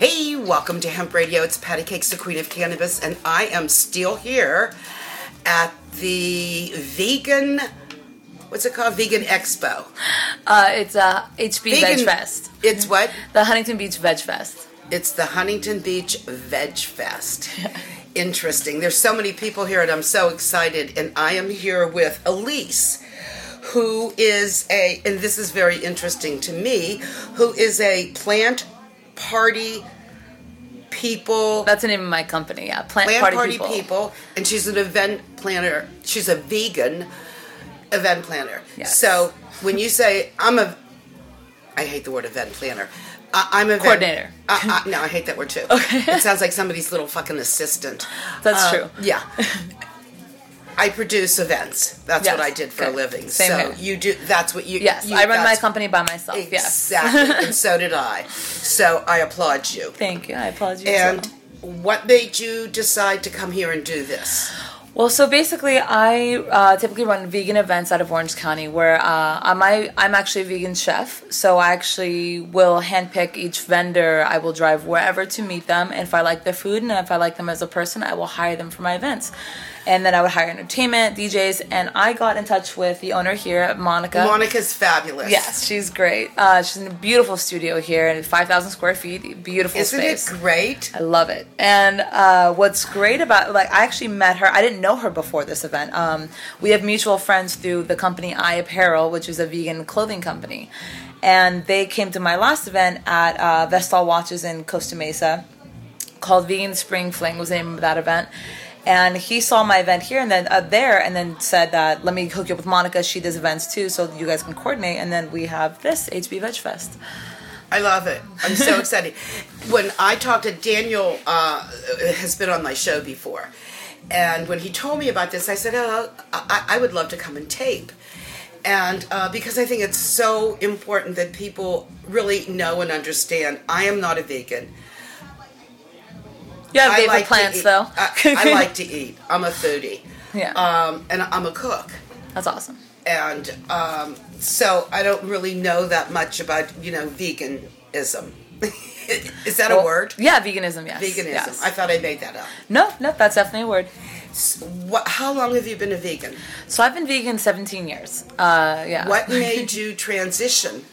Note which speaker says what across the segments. Speaker 1: Welcome to Hemp Radio. It's Patty Cakes, the Queen of Cannabis, and I am still here at the vegan, what's it called? Vegan Expo.
Speaker 2: Uh, it's a HB
Speaker 1: Vegan
Speaker 2: Veg Fest.
Speaker 1: It's what?
Speaker 2: The Huntington Beach Veg Fest.
Speaker 1: It's the Huntington Beach Veg Fest. Interesting. There's so many people here, and I'm so excited. And I am here with Elise, who is a, and this is very interesting to me, who is a plant party people.
Speaker 2: That's the name of my company. Yeah, Plant,
Speaker 1: Plant
Speaker 2: Party,
Speaker 1: party, people. and she's an event planner. She's a vegan event planner.
Speaker 2: Yes.
Speaker 1: So when you say I'm a, I hate the word event planner. I, I'm a
Speaker 2: Coordinator.
Speaker 1: Uh, uh, no, I hate that word too. Okay. it sounds like somebody's little fucking assistant.
Speaker 2: That's
Speaker 1: Uh,
Speaker 2: true.
Speaker 1: Yeah. I produce events. That's
Speaker 2: Yes.
Speaker 1: what I did for
Speaker 2: Good.
Speaker 1: a living.
Speaker 2: Same
Speaker 1: so
Speaker 2: here.
Speaker 1: you do. That's what you.
Speaker 2: Yes,
Speaker 1: you-
Speaker 2: I run my
Speaker 1: that's-
Speaker 2: company by myself. Yes.
Speaker 1: Exactly, and so did I. So I applaud you.
Speaker 2: Thank you. I applaud you.
Speaker 1: And
Speaker 2: as well.
Speaker 1: what made you decide to come here and do this?
Speaker 2: Well, so basically, I uh, typically run vegan events out of Orange County, where uh, I'm I, I'm actually a vegan chef. So I actually will handpick each vendor. I will drive wherever to meet them, and if I like the food and if I like them as a person, I will hire them for my events. And then I would hire entertainment, DJs, and I got in touch with the owner here, Monica.
Speaker 1: Monica's fabulous.
Speaker 2: Yes, she's great. Uh, she's in a beautiful studio here, and 5,000 square feet, beautiful
Speaker 1: Isn't
Speaker 2: space.
Speaker 1: it great?
Speaker 2: I love it. And uh, what's great about like I actually met her. I didn't know her before this event. Um, we have mutual friends through the company I Apparel, which is a vegan clothing company, and they came to my last event at uh, Vestal Watches in Costa Mesa called Vegan Spring Fling was the name of that event. And he saw my event here and then uh, there, and then said that let me hook you up with Monica. She does events too, so you guys can coordinate. And then we have this HB Veg Fest.
Speaker 1: I love it. I'm so excited. When I talked to Daniel, uh, has been on my show before, and when he told me about this, I said, "Oh, I, I would love to come and tape," and uh, because I think it's so important that people really know and understand. I am not a vegan.
Speaker 2: You have
Speaker 1: I
Speaker 2: favorite
Speaker 1: like to
Speaker 2: plants
Speaker 1: eat-
Speaker 2: though.
Speaker 1: I, I like to eat. I'm a foodie.
Speaker 2: Yeah.
Speaker 1: Um, and I'm a cook.
Speaker 2: That's awesome.
Speaker 1: and um, so I don't really know that much about you know veganism. Is that a
Speaker 2: Well,
Speaker 1: word?
Speaker 2: Yeah, veganism. Yes.
Speaker 1: Veganism.
Speaker 2: Yes.
Speaker 1: I thought I made that up.
Speaker 2: no, no, that's definitely a word.
Speaker 1: S- What, how long have you been a vegan?
Speaker 2: So I've been vegan 17 years. Uh, yeah.
Speaker 1: What made you transition?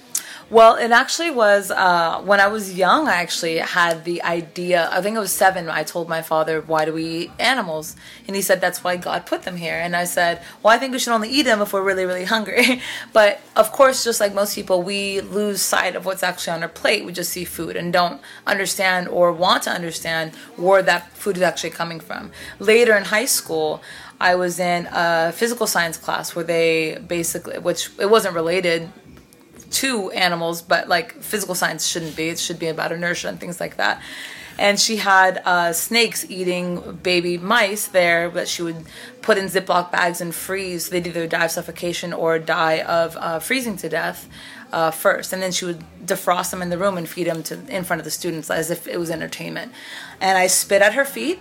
Speaker 2: Well, it actually was uh, when I was young. I actually had the idea. I think I was seven. I told my father, "Why do we eat animals?" And he said, "That's why God put them here." And I said, "Well, I think we should only eat them if we're really, really hungry." but of course, just like most people, we lose sight of what's actually on our plate. We just see food and don't understand or want to understand where that food is actually coming from. Later in high school. I was in a physical science class where they basically, which it wasn't related to animals, but like physical science shouldn't be. It should be about inertia and things like that. And she had uh, snakes eating baby mice there that she would put in Ziploc bags and freeze. They'd either die of suffocation or die of uh, freezing to death uh, first. And then she would defrost them in the room and feed them to, in front of the students as if it was entertainment. And I spit at her feet.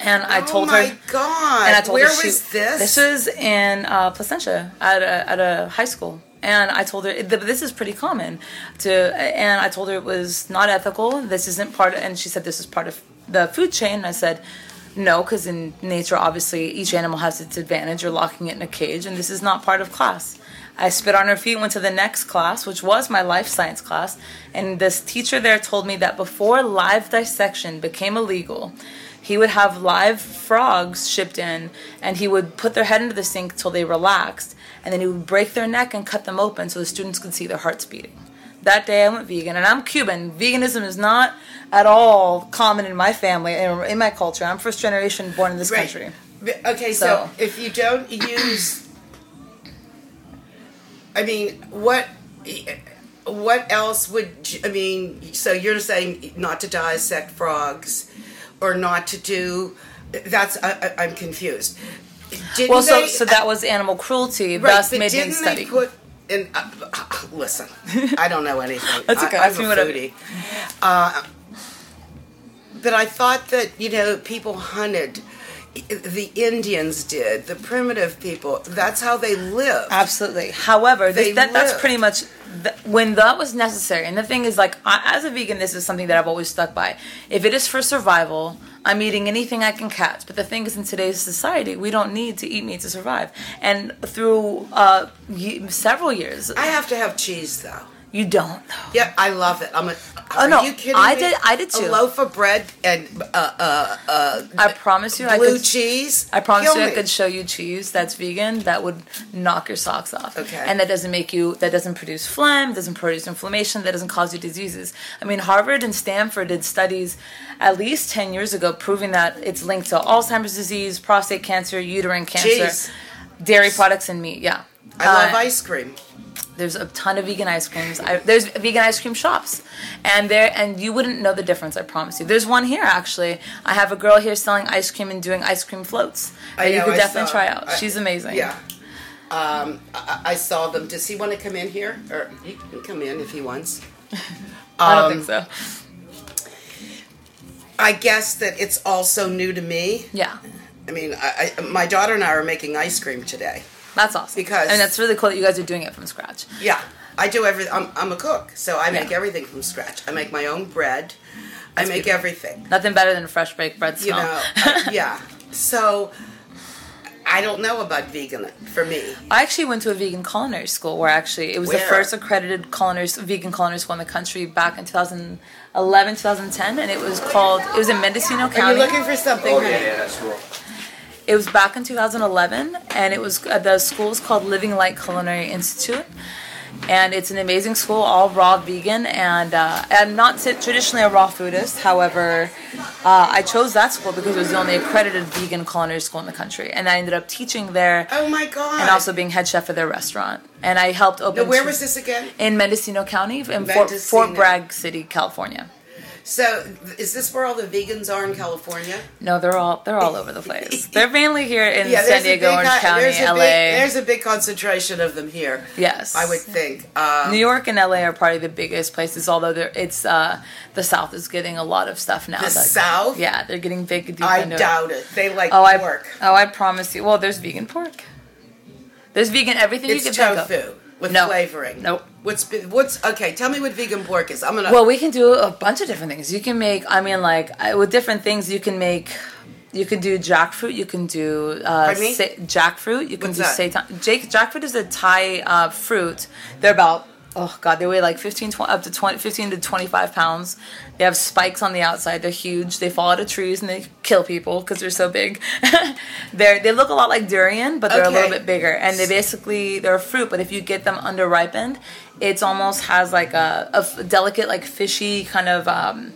Speaker 2: And I told
Speaker 1: oh my
Speaker 2: her,
Speaker 1: God!
Speaker 2: and I told
Speaker 1: Where
Speaker 2: her she-
Speaker 1: was this?
Speaker 2: This was in uh, Placentia at a, at a high school. And I told her th- this is pretty common, to and I told her it was not ethical. This isn't part. and she said this is part of the food chain. And I said, no, because in nature, obviously, each animal has its advantage. You're locking it in a cage, and this is not part of class. I spit on her feet, went to the next class, which was my life science class, and this teacher there told me that before live dissection became illegal, he would have live frogs shipped in and he would put their head into the sink till they relaxed and then he would break their neck and cut them open so the students could see their hearts beating that day i went vegan and i'm cuban veganism is not at all common in my family and in my culture i'm first generation born in this
Speaker 1: Right.
Speaker 2: country
Speaker 1: B- Okay, so,
Speaker 2: So-
Speaker 1: if you don't use, I mean, what, what else would you, I mean? So you're saying not to dissect frogs, or not to do? That's I, I, I'm confused. Didn't
Speaker 2: well so,
Speaker 1: they-
Speaker 2: so that was animal cruelty
Speaker 1: right,
Speaker 2: thus
Speaker 1: but
Speaker 2: made me
Speaker 1: didn't
Speaker 2: study
Speaker 1: they put? And uh, listen, I don't know anything.
Speaker 2: That's okay,
Speaker 1: I, I'm
Speaker 2: ask me
Speaker 1: a
Speaker 2: whatever.
Speaker 1: foodie. Uh, but I thought that you know people hunted the Indians did, the primitive people. That's how they live.
Speaker 2: Absolutely. However,
Speaker 1: They
Speaker 2: this, that, that's
Speaker 1: lived.
Speaker 2: pretty much th- when that was necessary. And the thing is, like, I, as a vegan, this is something that I've always stuck by. If it is for survival, I'm eating anything I can catch. But the thing is, in today's society, we don't need to eat meat to survive. And through uh, ye- several years,
Speaker 1: I have to have cheese though.
Speaker 2: you don't. though.
Speaker 1: Yeah, I love it. I'm like, are
Speaker 2: Oh, no,
Speaker 1: you kidding
Speaker 2: I
Speaker 1: me?
Speaker 2: did- I did too.
Speaker 1: A loaf of bread and uh, uh, uh,
Speaker 2: I promise you, I
Speaker 1: blue
Speaker 2: could.
Speaker 1: cheese.
Speaker 2: I promise
Speaker 1: Kill
Speaker 2: you, I
Speaker 1: me.
Speaker 2: could show you cheese that's vegan that would knock your socks off.
Speaker 1: Okay.
Speaker 2: And that doesn't make you, that doesn't produce phlegm, doesn't produce inflammation, that doesn't cause you diseases. I mean, Harvard and Stanford did studies at least 10 years ago proving that it's linked to Alzheimer's disease, prostate cancer, uterine cancer,
Speaker 1: Jeez.
Speaker 2: dairy products, and meat. Yeah.
Speaker 1: I love
Speaker 2: Uh,
Speaker 1: ice cream.
Speaker 2: there's a ton of vegan ice creams. I, there's vegan ice cream shops, and there and you wouldn't know the difference. I promise you. There's one here actually. I have a girl here selling ice cream and doing ice cream floats that
Speaker 1: I
Speaker 2: you
Speaker 1: know,
Speaker 2: could
Speaker 1: I
Speaker 2: definitely
Speaker 1: saw-
Speaker 2: try out.
Speaker 1: I-
Speaker 2: She's amazing.
Speaker 1: Yeah. Um, I, I saw them. Does he want to come in here? Or he can come in if he wants.
Speaker 2: I
Speaker 1: Um,
Speaker 2: don't think so.
Speaker 1: I guess that it's also new to me.
Speaker 2: Yeah,
Speaker 1: I mean, I, I, my daughter and I are making ice cream today.
Speaker 2: that's awesome.
Speaker 1: Because-
Speaker 2: and that's really cool that you guys are doing it from scratch.
Speaker 1: Yeah, I do every. I'm, I'm a cook, so I make
Speaker 2: Yeah.
Speaker 1: everything from scratch. I make my own bread. I make everything.
Speaker 2: Nothing better than a fresh baked bread
Speaker 1: You
Speaker 2: smell.
Speaker 1: know, uh, yeah. So I don't know about vegan for me.
Speaker 2: I actually went to a vegan culinary school where actually it was the
Speaker 1: Where?
Speaker 2: first accredited culinary vegan culinary school in the country back in 2011 2010 and it was called it was in Mendocino County.
Speaker 1: Are you looking for something?
Speaker 3: Oh
Speaker 1: honey?
Speaker 3: yeah, yeah, that's wrong.
Speaker 2: It was back in 2011, and it was uh, the school was called Living Light Culinary Institute, and it's an amazing school, all raw vegan. And uh, I'm not t- traditionally a raw foodist, however, uh, I chose that school because it was the only accredited vegan culinary school in the country, and I ended up teaching there
Speaker 1: Oh my god!
Speaker 2: and also being head chef of their restaurant. And I helped open.
Speaker 1: Now, where
Speaker 2: two-
Speaker 1: was this again?
Speaker 2: In Mendocino County, in Fort,
Speaker 1: Mendocino.
Speaker 2: Fort Bragg City, California.
Speaker 1: So is this where all the vegans are in California?
Speaker 2: No, they're all they're all over the place. They're mainly here in
Speaker 1: there's
Speaker 2: San
Speaker 1: a
Speaker 2: Diego,
Speaker 1: big-
Speaker 2: Orange County,
Speaker 1: there's a
Speaker 2: LA.
Speaker 1: Big, there's a big concentration of them here.
Speaker 2: Yes.
Speaker 1: I would think. Um,
Speaker 2: New York and LA are probably the biggest places, although they're- it's uh, the South is getting a lot of stuff now.
Speaker 1: The South?
Speaker 2: yeah, they're getting big. Deep
Speaker 1: I
Speaker 2: into it.
Speaker 1: doubt it. They like
Speaker 2: Oh, I
Speaker 1: pork.
Speaker 2: oh, I promise you. Well, there's vegan pork. There's vegan everything you
Speaker 1: It's
Speaker 2: can think of.
Speaker 1: tofu with
Speaker 2: No.
Speaker 1: flavoring.
Speaker 2: Nope.
Speaker 1: What's be- what's okay? Tell me what vegan pork is. I'm gonna.
Speaker 2: Well, we can do a bunch of different things. You can make, I mean, like I- with different things, you can make. You can do jackfruit. You can do uh,
Speaker 1: Pardon me?
Speaker 2: sa- jackfruit. You can
Speaker 1: What's
Speaker 2: do
Speaker 1: that?
Speaker 2: seitan. Jake, jackfruit is a Thai uh, fruit. They're about oh god, they weigh like 15, 20, up to 20, 15 to twenty five pounds. They have spikes on the outside. They're huge. They fall out of trees and they kill people because they're so big. they they look a lot like durian, but they're a little
Speaker 1: Okay.
Speaker 2: bit bigger. And they basically they're a fruit, but if you get them under ripened, it's almost has like a, a f- delicate, like fishy kind of. Um,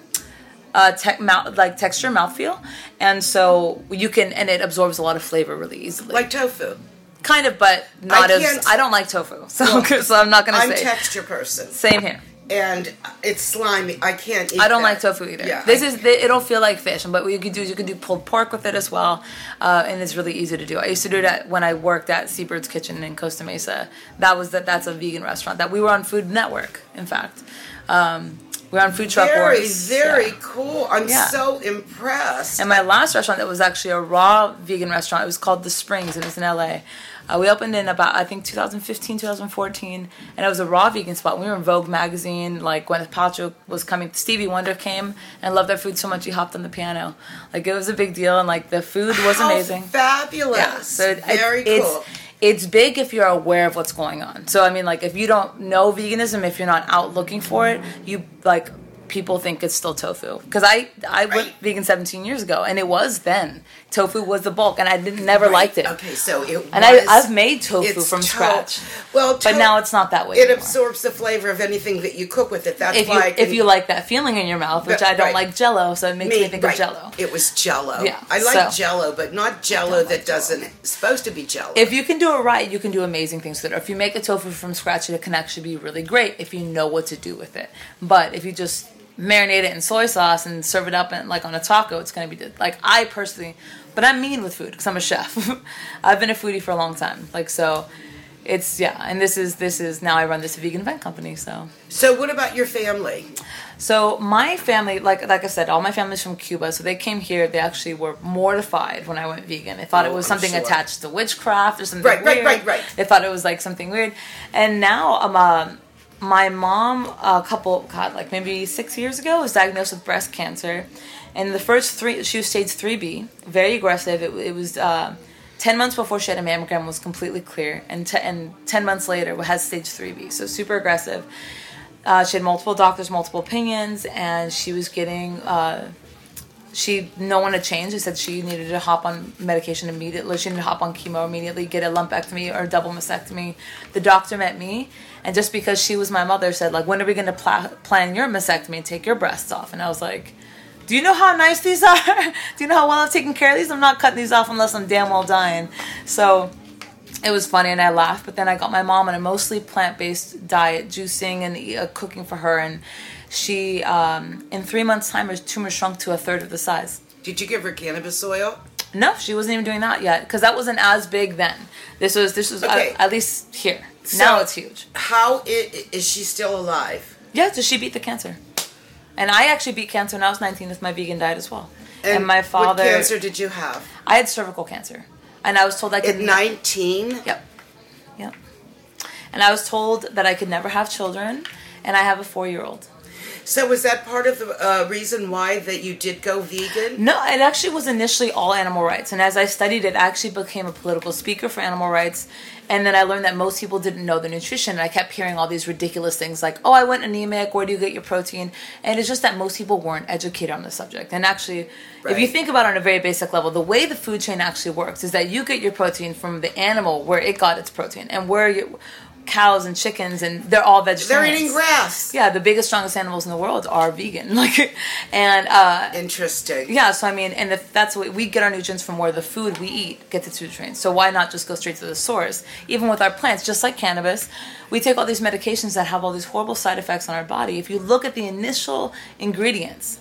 Speaker 2: uh, te- mouth, like texture, mouthfeel, and so you can, and it absorbs a lot of flavor really easily.
Speaker 1: like tofu.
Speaker 2: kind of, but not
Speaker 1: I
Speaker 2: as.
Speaker 1: can't-
Speaker 2: I don't like tofu, so so I'm not gonna
Speaker 1: I'm
Speaker 2: say.
Speaker 1: texture person,
Speaker 2: Same here.
Speaker 1: and it's slimy. I can't. eat
Speaker 2: I don't
Speaker 1: that.
Speaker 2: like tofu either.
Speaker 1: Yeah,
Speaker 2: this
Speaker 1: I-
Speaker 2: is th- it'll feel like fish, but what you could do is you could do pulled pork with it as well, uh, and it's really easy to do. I used to do that when I worked at Seabird's Kitchen in Costa Mesa. That was that. That's a vegan restaurant that we were on Food Network. In fact, um, we were on Food Truck
Speaker 1: very
Speaker 2: Wars.
Speaker 1: very
Speaker 2: Yeah.
Speaker 1: cool. I'm
Speaker 2: Yeah.
Speaker 1: so impressed.
Speaker 2: And my last restaurant that was actually a raw vegan restaurant, it was called The Springs. It was in LA. Uh, we opened in about, I think, 2015, 2014. And it was a raw vegan spot. We were in Vogue magazine. Like, Gwyneth Paltrow was coming. Stevie Wonder came and loved their food so much he hopped on the piano. Like, it was a big deal. And, like, the food was
Speaker 1: How
Speaker 2: amazing.
Speaker 1: Fabulous.
Speaker 2: Yeah. So it, it-
Speaker 1: very
Speaker 2: it's,
Speaker 1: cool.
Speaker 2: It's big if you're aware of what's going on. So I mean, like if you don't know veganism, if you're not out looking for it, you like people think it's still tofu. Because I I went
Speaker 1: Right.
Speaker 2: vegan 17 years ago, and it was then tofu was the bulk, and I didn't, never liked it.
Speaker 1: Okay, so it
Speaker 2: And I,
Speaker 1: was-
Speaker 2: I've made tofu
Speaker 1: it's
Speaker 2: from
Speaker 1: to-
Speaker 2: scratch,
Speaker 1: Well,
Speaker 2: but
Speaker 1: to-
Speaker 2: now it's not that way.
Speaker 1: it
Speaker 2: anymore.
Speaker 1: absorbs the flavor of anything that you cook with it. That's
Speaker 2: if you
Speaker 1: why I
Speaker 2: if
Speaker 1: can-
Speaker 2: you like that feeling in your mouth, which
Speaker 1: Right,
Speaker 2: I don't
Speaker 1: right.
Speaker 2: like Jello, so it makes me,
Speaker 1: Me-
Speaker 2: think
Speaker 1: right.
Speaker 2: of Jello.
Speaker 1: It was Jello.
Speaker 2: Yeah,
Speaker 1: I like
Speaker 2: so-
Speaker 1: Jello, but not Jello that doesn't supposed to be Jello.
Speaker 2: if you can do it right, you can do amazing things with it. Or if you make a tofu from scratch, it can actually be really great if you know what to do with it. But if you just marinate it in soy sauce and serve it up in, like on a taco, it's gonna be good. like I personally, but I'm mean with food because I'm a chef. I've been a foodie for a long time, like so. it's yeah, and this is this is now I run this vegan event company. So
Speaker 1: So, what about your family?
Speaker 2: so my family, like like I said, all my family's from Cuba, so they came here. They actually were mortified when I went vegan. They thought
Speaker 1: Oh,
Speaker 2: it was
Speaker 1: I'm
Speaker 2: something
Speaker 1: sure.
Speaker 2: attached to witchcraft or something.
Speaker 1: Right, right,
Speaker 2: weird.
Speaker 1: right, right.
Speaker 2: They thought it was like something weird, and now um, um my mom a couple God like maybe six years ago was diagnosed with breast cancer, and the first three she was stage three B, very aggressive. It, it was. Uh, 10 months before she had a mammogram was completely clear and, te- and 10 months later has stage 3b so super aggressive uh, she had multiple doctors, multiple opinions, and she was getting. Uh, she no one had changed. They said she needed to hop on medication immediately. She needed to hop on chemo immediately, get a lumpectomy or a double mastectomy. The doctor met me, and just because she was my mother, said like, "When are we going to pla- plan your mastectomy and take your breasts off?" And I was like. Do you know how nice these are? Do you know how well I've taken care of these? I'm not cutting these off unless I'm damn well dying. So it was funny and I laughed, but then I got my mom on a mostly plant based diet, juicing and e- uh, cooking for her. And she, um, in three months' time, her tumor shrunk to a third of the size.
Speaker 1: Did you give her cannabis oil?
Speaker 2: No, she wasn't even doing that yet because that wasn't as big then. This was this was uh,
Speaker 1: Okay.
Speaker 2: at least here.
Speaker 1: So-
Speaker 2: now it's huge.
Speaker 1: How is, is she still alive?
Speaker 2: Yeah, so she beat the cancer, and I actually beat cancer when I was 19 with my vegan diet as well. And, my father,
Speaker 1: What cancer did you have?
Speaker 2: I had cervical cancer, and I was told I could
Speaker 1: At
Speaker 2: not-
Speaker 1: 19?
Speaker 2: Yep. Yep. And I was told that I could never have children, and I have a four year old.
Speaker 1: So, was that part of the uh, reason why that you did go vegan?
Speaker 2: No, it actually was initially all animal rights. And as I studied it, I actually became a political speaker for animal rights. And then I learned that most people didn't know the nutrition. And I kept hearing all these ridiculous things like, oh, I went anemic. Where do you get your protein? And it's just that most people weren't educated on the subject. And actually, if you
Speaker 1: Right.
Speaker 2: think about it on a very basic level, the way the food chain actually works is that you get your protein from the animal where it got its protein and where your cows and chickens and they're all
Speaker 1: They're
Speaker 2: vegetarians.
Speaker 1: eating grass.
Speaker 2: Yeah, the biggest, strongest animals in the world are vegan. Like, and uh,
Speaker 1: Interesting.
Speaker 2: yeah, so I mean, and if that's what we get our nutrients from where the food we eat gets its nutrients. So why not just go straight to the source? Even with our plants, just like cannabis, we take all these medications that have all these horrible side effects on our body. If you look at the initial ingredients,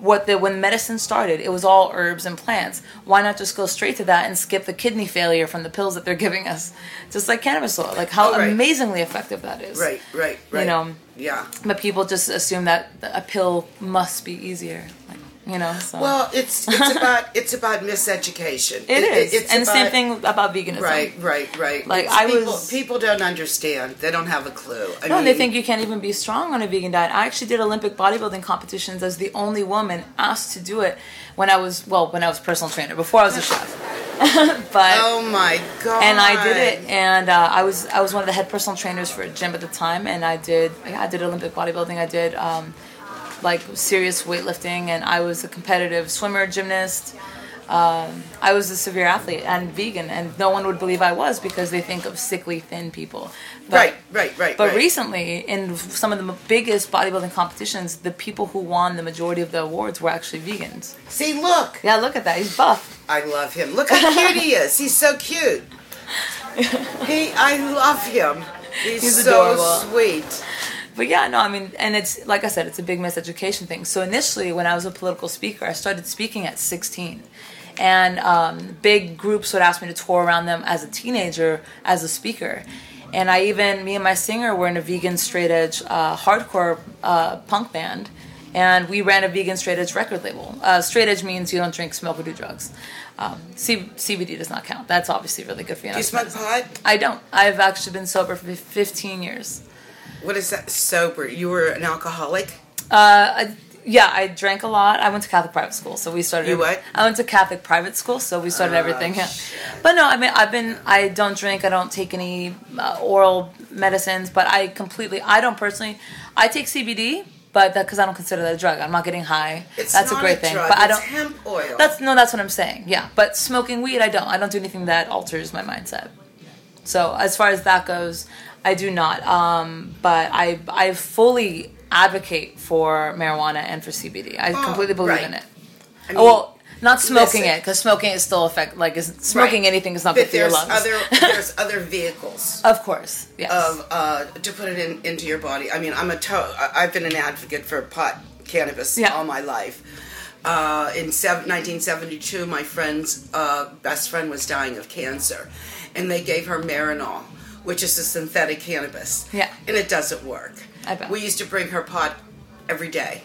Speaker 2: what the when medicine started, it was all herbs and plants. Why not just go straight to that and skip the kidney failure from the pills that they're giving us? Just like cannabis oil, like how
Speaker 1: Oh, right.
Speaker 2: amazingly effective that is.
Speaker 1: Right, right, right.
Speaker 2: know. Uh.
Speaker 1: yeah.
Speaker 2: But people just assume that a pill must be easier. Like, you know, so.
Speaker 1: Well, it's it's about it's about miseducation.
Speaker 2: It is,
Speaker 1: it's
Speaker 2: and the same
Speaker 1: about-
Speaker 2: thing about veganism.
Speaker 1: Right, right, right.
Speaker 2: Like,
Speaker 1: It's
Speaker 2: I
Speaker 1: people,
Speaker 2: was-
Speaker 1: people don't understand. They don't have a clue. I
Speaker 2: No,
Speaker 1: mean,
Speaker 2: and they think you can't even be strong on a vegan diet. I actually did Olympic bodybuilding competitions as the only woman asked to do it when I was well, when I was personal trainer before I was a chef. but
Speaker 1: Oh my god!
Speaker 2: and I did it, and uh, I was I was one of the head personal trainers for a gym at the time, and I did yeah, I did Olympic bodybuilding, I did um, like serious weightlifting, and I was a competitive swimmer, gymnast. Um, I was a severe athlete and vegan, and no one would believe I was because they think of sickly, thin people. But-
Speaker 1: Right, right, right.
Speaker 2: But
Speaker 1: right.
Speaker 2: recently, in some of the m- biggest bodybuilding competitions, the people who won the majority of the awards were actually vegans.
Speaker 1: see, look,
Speaker 2: Yeah, look at that. He's buff.
Speaker 1: I love him. Look how cute he is. He's so cute. He, I love him. He's,
Speaker 2: He's
Speaker 1: so
Speaker 2: adorable.
Speaker 1: sweet.
Speaker 2: But yeah, no, I mean, and it's like I said, it's a big miseducation thing. So initially, when I was a political speaker, I started speaking at 16. And um, big groups would ask me to tour around them as a teenager, as a speaker. And I even, me and my singer were in a vegan straight edge uh, hardcore uh, punk band. And we ran a vegan straight edge record label. Uh, straight edge means you don't drink, smoke, or do drugs. Um, C- CBD does not count. That's obviously really good for you.
Speaker 1: Do you smoke pot?
Speaker 2: I don't. I've actually been sober for 15 years.
Speaker 1: What is that? Sober. You were an alcoholic.
Speaker 2: Uh, I, yeah, I drank a lot. I went to Catholic private school, so we started.
Speaker 1: You what?
Speaker 2: I went to Catholic private school, so we started
Speaker 1: Oh,
Speaker 2: everything. Yeah. But no, I mean, I've been. I don't drink. I don't take any uh, oral medicines. But I completely. I don't personally. I take CBD, but that because I don't consider that a drug. I'm not getting high.
Speaker 1: It's
Speaker 2: that's
Speaker 1: not
Speaker 2: a great thing.
Speaker 1: Drug.
Speaker 2: But I
Speaker 1: it's
Speaker 2: don't.
Speaker 1: hemp oil.
Speaker 2: That's no. That's what I'm saying. Yeah. But smoking weed, I don't. I don't do anything that alters my mindset. So as far as that goes, I do not. Um, but I I fully advocate for marijuana and for CBD. I completely believe
Speaker 1: Oh, right.
Speaker 2: in it.
Speaker 1: I mean,
Speaker 2: well, not smoking
Speaker 1: listen.
Speaker 2: it because smoking is still affect like is smoking
Speaker 1: Right.
Speaker 2: anything is not good
Speaker 1: but
Speaker 2: for your
Speaker 1: there's
Speaker 2: lungs.
Speaker 1: other there's other vehicles.
Speaker 2: of course, yes.
Speaker 1: of uh, to put it in into your body. I mean, I'm a to- I- I've been an advocate for pot cannabis
Speaker 2: Yeah.
Speaker 1: all my life. Uh, in sev- 1972, my friend's uh, best friend was dying of cancer, and they gave her Marinol, which is a synthetic cannabis.
Speaker 2: Yeah.
Speaker 1: And it doesn't work.
Speaker 2: I bet.
Speaker 1: We used to bring her pot every day.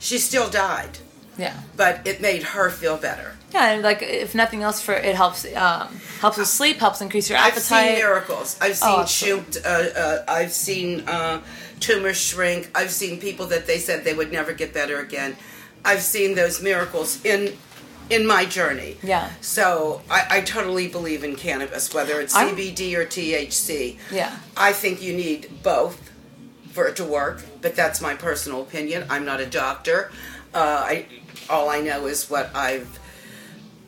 Speaker 1: She still died,
Speaker 2: Yeah.
Speaker 1: but it made her feel better.
Speaker 2: Yeah, and like if nothing else, for it helps um, helps with sleep, helps increase your
Speaker 1: I've seen
Speaker 2: appetite.
Speaker 1: miracles. I've seen
Speaker 2: Oh,
Speaker 1: shoot. Uh, uh, I've seen uh, tumors shrink. I've seen people that they said they would never get better again. I've seen those miracles in in my journey.
Speaker 2: Yeah.
Speaker 1: So I, I totally believe in cannabis, whether it's
Speaker 2: I'm-
Speaker 1: CBD or THC.
Speaker 2: Yeah.
Speaker 1: I think you need both for it to work, but that's my personal opinion. I'm not a doctor. Uh, I all I know is what I've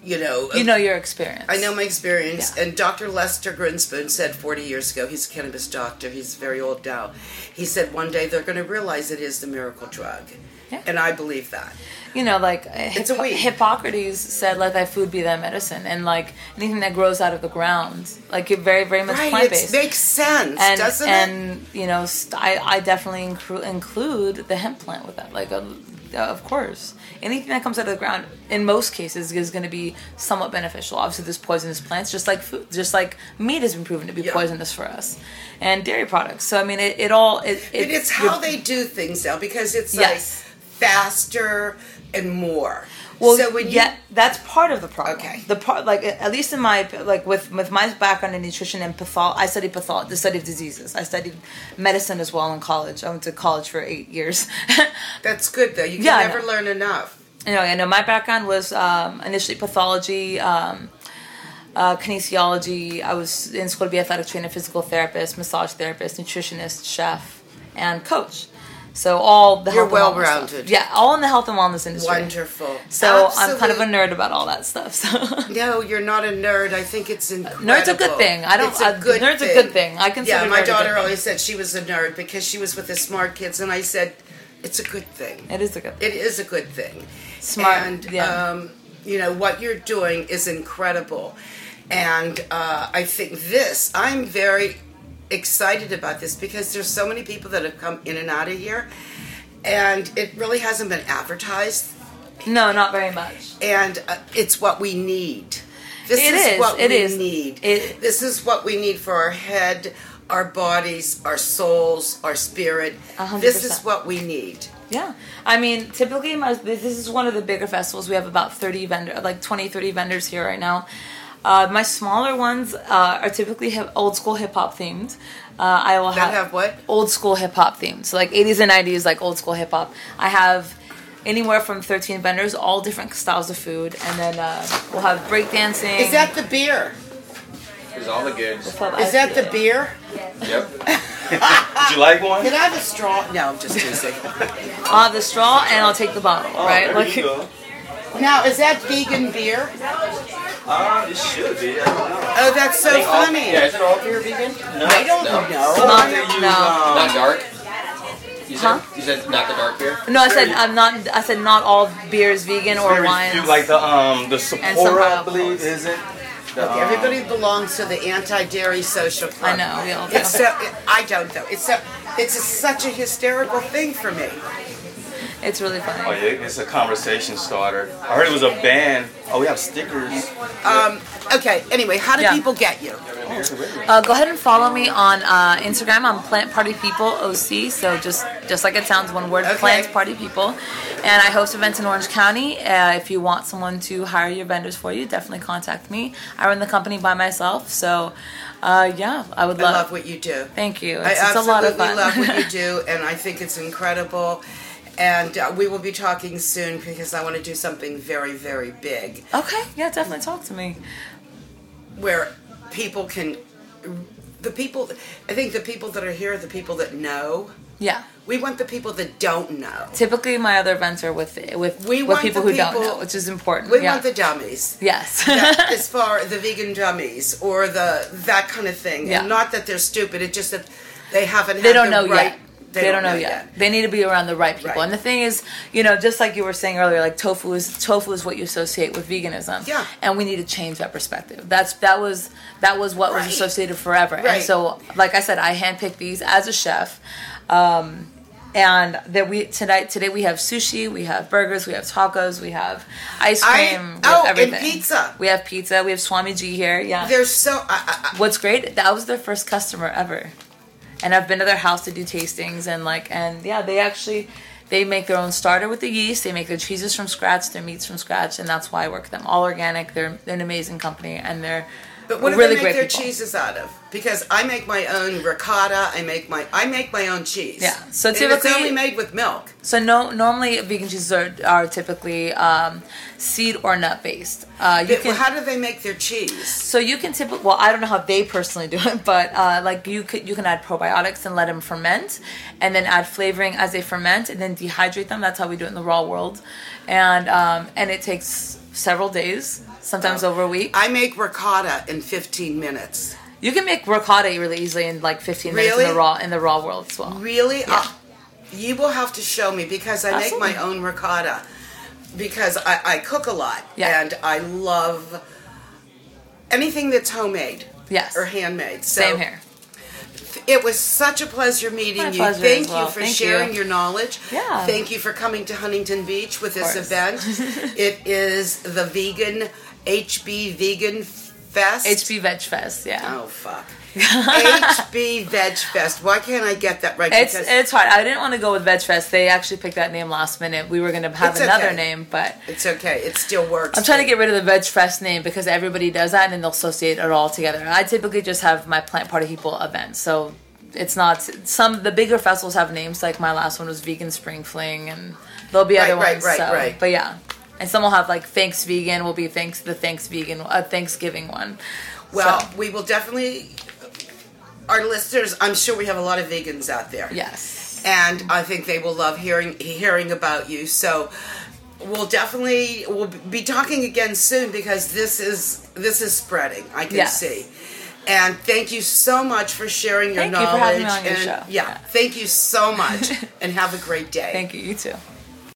Speaker 1: you know
Speaker 2: you know your experience.
Speaker 1: I know my experience,
Speaker 2: Yeah.
Speaker 1: and Dr. Lester Grinspoon said 40 years ago, he's a cannabis doctor, he's very old now. He said one day they're going to realize it is the miracle drug.
Speaker 2: Yeah.
Speaker 1: And I believe that.
Speaker 2: you know, like Hippo-
Speaker 1: a weed.
Speaker 2: Hippocrates said, "Let thy food be thy medicine," and like anything that grows out of the ground, like you're very, very much plant
Speaker 1: It
Speaker 2: based.
Speaker 1: makes sense,
Speaker 2: and
Speaker 1: doesn't it?
Speaker 2: and you know, st- I, I definitely incru- include the hemp plant with that. Like, um, uh, of course, anything that comes out of the ground, in most cases, is going to be somewhat beneficial. Obviously, there's poisonous plants, just like food, just like meat has been proven to be
Speaker 1: Yeah.
Speaker 2: poisonous for us, and dairy products. So I mean, it, it all it, it-
Speaker 1: But it's
Speaker 2: you're-
Speaker 1: how they do things now because it's
Speaker 2: Yes.
Speaker 1: like faster and more.
Speaker 2: Well,
Speaker 1: so when
Speaker 2: yeah, that's part of the problem.
Speaker 1: Okay.
Speaker 2: The part, like at least in my like with with my background in nutrition and pathol, I studied pathol, the study of diseases. I studied medicine as well in college. I went to college for eight years.
Speaker 1: you, that's good though, you can
Speaker 2: Yeah, I
Speaker 1: never
Speaker 2: know.
Speaker 1: learn enough.
Speaker 2: anyway, I know my background was um, initially pathology, um, uh, kinesiology. I was in school to be athletic trainer, physical therapist, massage therapist, nutritionist, chef, and coach. So all
Speaker 1: You're
Speaker 2: the health and wellness stuff.
Speaker 1: well-rounded.
Speaker 2: Yeah, all in the health and wellness industry.
Speaker 1: Wonderful.
Speaker 2: So I'm kind of a
Speaker 1: Absolute-
Speaker 2: nerd about all that stuff. So.
Speaker 1: No, you're not a nerd. I think it's incredible.
Speaker 2: Nerd's a good thing. I don't-
Speaker 1: It's a
Speaker 2: uh, nerd's a good thing. I consider
Speaker 1: Yeah, my
Speaker 2: nerd a good
Speaker 1: daughter
Speaker 2: thing.
Speaker 1: always said she was a nerd because she was with the smart kids, and I said, it's a good thing.
Speaker 2: It is a good
Speaker 1: It is a good thing.
Speaker 2: Smart,
Speaker 1: And
Speaker 2: yeah.
Speaker 1: um, you know what you're doing is incredible, and uh, I think this. I'm very excited about this because there's so many people that have come in and out of here, and it really hasn't been advertised
Speaker 2: No, not very much.
Speaker 1: and uh, it's what we need. This
Speaker 2: It
Speaker 1: is
Speaker 2: is,
Speaker 1: what
Speaker 2: it
Speaker 1: we
Speaker 2: is.
Speaker 1: need.
Speaker 2: It-
Speaker 1: this is what we need for our head, our bodies, our souls, our spirit.
Speaker 2: A hundred
Speaker 1: This is
Speaker 2: percent.
Speaker 1: what we need.
Speaker 2: Yeah. I mean, typically, my, this is one of the bigger festivals. We have about 30 vendor, like 20, 30 vendors here right now. Uh, my smaller ones uh, are typically hip, old school hip hop themed. Uh, I will
Speaker 1: That have what?
Speaker 2: Old school hip hop themed. So, like 80s and 90s, like old school hip hop. I have anywhere from 13 vendors, all different styles of food. And then uh, we'll have breakdancing.
Speaker 1: Is that the beer?
Speaker 3: There's all the goods.
Speaker 2: club
Speaker 1: Is that the
Speaker 2: IPA.
Speaker 1: beer?
Speaker 3: Yep. Would you like one?
Speaker 1: Can I have a straw? No, I'm just teasing.
Speaker 2: I'll have Uh, the straw and I'll take the bottle,
Speaker 3: Oh,
Speaker 2: right?
Speaker 3: There
Speaker 2: Like-
Speaker 3: you go.
Speaker 1: now, is that vegan beer?
Speaker 3: Uh, it should be. I don't know.
Speaker 1: Oh, that's so funny.
Speaker 4: Yeah, is it all beer vegan?
Speaker 3: No,
Speaker 1: I don't
Speaker 4: No.
Speaker 1: know.
Speaker 2: Not-
Speaker 3: they use,
Speaker 2: no.
Speaker 3: um,
Speaker 4: Not dark. You said,
Speaker 2: Huh?
Speaker 4: you said not the dark beer.
Speaker 2: No, I said I'm not. I said not all beer is vegan or
Speaker 3: very
Speaker 2: wines.
Speaker 3: few, like the um the
Speaker 2: somehow
Speaker 3: Sephora, I believe,
Speaker 2: apples.
Speaker 3: isn't. The, um,
Speaker 1: Everybody belongs to the anti-dairy social club.
Speaker 2: I know. We all do.
Speaker 1: It's so, I don't though. It's so, it's such a hysterical thing for me.
Speaker 2: It's really funny.
Speaker 3: Oh, yeah, it's a conversation starter. I heard it was a band. Oh, we have stickers.
Speaker 1: Okay. Anyway, how do
Speaker 2: Yeah.
Speaker 1: people get you?
Speaker 2: Uh, go ahead and follow me on uh, Instagram. I'm Plant Party People OC. So just just like it sounds, one word:
Speaker 1: Okay.
Speaker 2: Plant Party People. And I host events in Orange County. Uh, if you want someone to hire your vendors for you, definitely contact me. I run the company by myself. So uh, yeah, I would
Speaker 1: I
Speaker 2: love.
Speaker 1: love what you do.
Speaker 2: Thank you.
Speaker 1: I
Speaker 2: It's, it's a
Speaker 1: absolutely
Speaker 2: lot of fun.
Speaker 1: love what you do, and I think it's incredible. And uh, we will be talking soon because I want to do something very, very big
Speaker 2: okay. Yeah, definitely talk to me.
Speaker 1: where people can. The people, I think the people that are here are the people that know.
Speaker 2: Yeah.
Speaker 1: We want the people that don't know.
Speaker 2: Typically, my other events are with with
Speaker 1: We
Speaker 2: with
Speaker 1: want
Speaker 2: people
Speaker 1: the
Speaker 2: who don't
Speaker 1: people-
Speaker 2: know, which is important.
Speaker 1: We
Speaker 2: yeah.
Speaker 1: want the dummies.
Speaker 2: yes.
Speaker 1: that- as far the vegan dummies or the that kind of thing.
Speaker 2: Yeah.
Speaker 1: And not that they're stupid. It's just that they haven't.
Speaker 2: they
Speaker 1: had
Speaker 2: don't
Speaker 1: the
Speaker 2: know
Speaker 1: right,
Speaker 2: yet. They, don't, know, yet. They need to be around the right people.
Speaker 1: Right.
Speaker 2: And the thing is, you know, just like you were saying earlier, like tofu is tofu is what you associate with veganism.
Speaker 1: Yeah.
Speaker 2: And we need to change that perspective. That's that was that was what
Speaker 1: Right.
Speaker 2: was associated forever.
Speaker 1: Right.
Speaker 2: And so, like I said, I handpicked these as a chef. Um, And that we tonight today we have sushi, we have burgers, we have tacos, we have ice cream,
Speaker 1: I-
Speaker 2: we have
Speaker 1: oh, and
Speaker 2: everything.
Speaker 1: pizza.
Speaker 2: We have pizza. We have Swami G here. Yeah.
Speaker 1: They're so. I,
Speaker 2: What's great? That was their first customer ever, and I've been to their house to do tastings and like and yeah, they actually they make their own starter with the yeast. They make their cheeses from scratch, their meats from scratch, and that's why I work with them. All organic. They're they're an amazing company, and they're
Speaker 1: But what do
Speaker 2: really
Speaker 1: they
Speaker 2: great
Speaker 1: make their
Speaker 2: people.
Speaker 1: cheeses out of? Because I make my own ricotta. I make my I make my own cheese.
Speaker 2: Yeah, so
Speaker 1: and it's
Speaker 2: typically-
Speaker 1: only made with milk.
Speaker 2: So no, normally vegan cheeses are, are typically um, seed or nut based. Uh, you
Speaker 1: But
Speaker 2: can
Speaker 1: how do they make their cheese?
Speaker 2: so you can typically well I don't know how they personally do it, but uh, like you could you can add probiotics and let them ferment, and then add flavoring as they ferment, and then dehydrate them. That's how we do it in the raw world, and um, and it takes several days, sometimes over a week.
Speaker 1: I make ricotta in 15 minutes.
Speaker 2: You can make ricotta really easily in like 15 minutes in
Speaker 1: Really?
Speaker 2: the raw in the raw world as well.
Speaker 1: Really? Uh, you will have to show me because I make my
Speaker 2: Absolutely.
Speaker 1: own ricotta because I, I cook a lot
Speaker 2: Yeah.
Speaker 1: and I love anything that's homemade
Speaker 2: Yes,
Speaker 1: or handmade. So
Speaker 2: same here.
Speaker 1: It was such a pleasure meeting
Speaker 2: My
Speaker 1: you.
Speaker 2: pleasure
Speaker 1: Thank
Speaker 2: as well.
Speaker 1: you for
Speaker 2: Thank
Speaker 1: sharing
Speaker 2: you.
Speaker 1: your knowledge.
Speaker 2: Yeah.
Speaker 1: Thank you for coming to Huntington Beach with this
Speaker 2: course.
Speaker 1: event. it is the vegan HB Vegan Fest.
Speaker 2: HB Veg Fest, yeah.
Speaker 1: Oh fuck. HB Veg Fest. Why can't I get that right?
Speaker 2: It's
Speaker 1: Because-
Speaker 2: it's hard. I didn't want to go with VegFest. They actually picked that name last minute. We were gonna have
Speaker 1: It's
Speaker 2: another
Speaker 1: okay.
Speaker 2: name, but
Speaker 1: It's okay. It still works.
Speaker 2: I'm trying to get rid of the VegFest name because everybody does that and then they'll associate it all together. I typically just have my plant party people event, so it's not some the bigger festivals have names like my last one was Vegan Spring Fling and there'll be other
Speaker 1: Right, right,
Speaker 2: ones.
Speaker 1: right,
Speaker 2: so,
Speaker 1: right.
Speaker 2: But yeah, and some will have like Thanks Vegan will be thanks the Thanks Vegan uh, Thanksgiving one.
Speaker 1: Well,
Speaker 2: So,
Speaker 1: we will definitely. Our listeners, I'm sure we have a lot of vegans out there.
Speaker 2: yes,
Speaker 1: and I think they will love hearing hearing about you. So we'll definitely we'll be talking again soon because this is this is spreading. I can
Speaker 2: Yes.
Speaker 1: see. And thank you so much for sharing your
Speaker 2: Thank you for
Speaker 1: knowledge.
Speaker 2: having me on your
Speaker 1: and
Speaker 2: show.
Speaker 1: Yeah,
Speaker 2: Yeah.
Speaker 1: thank you so much, and have a great day.
Speaker 2: thank you. You too.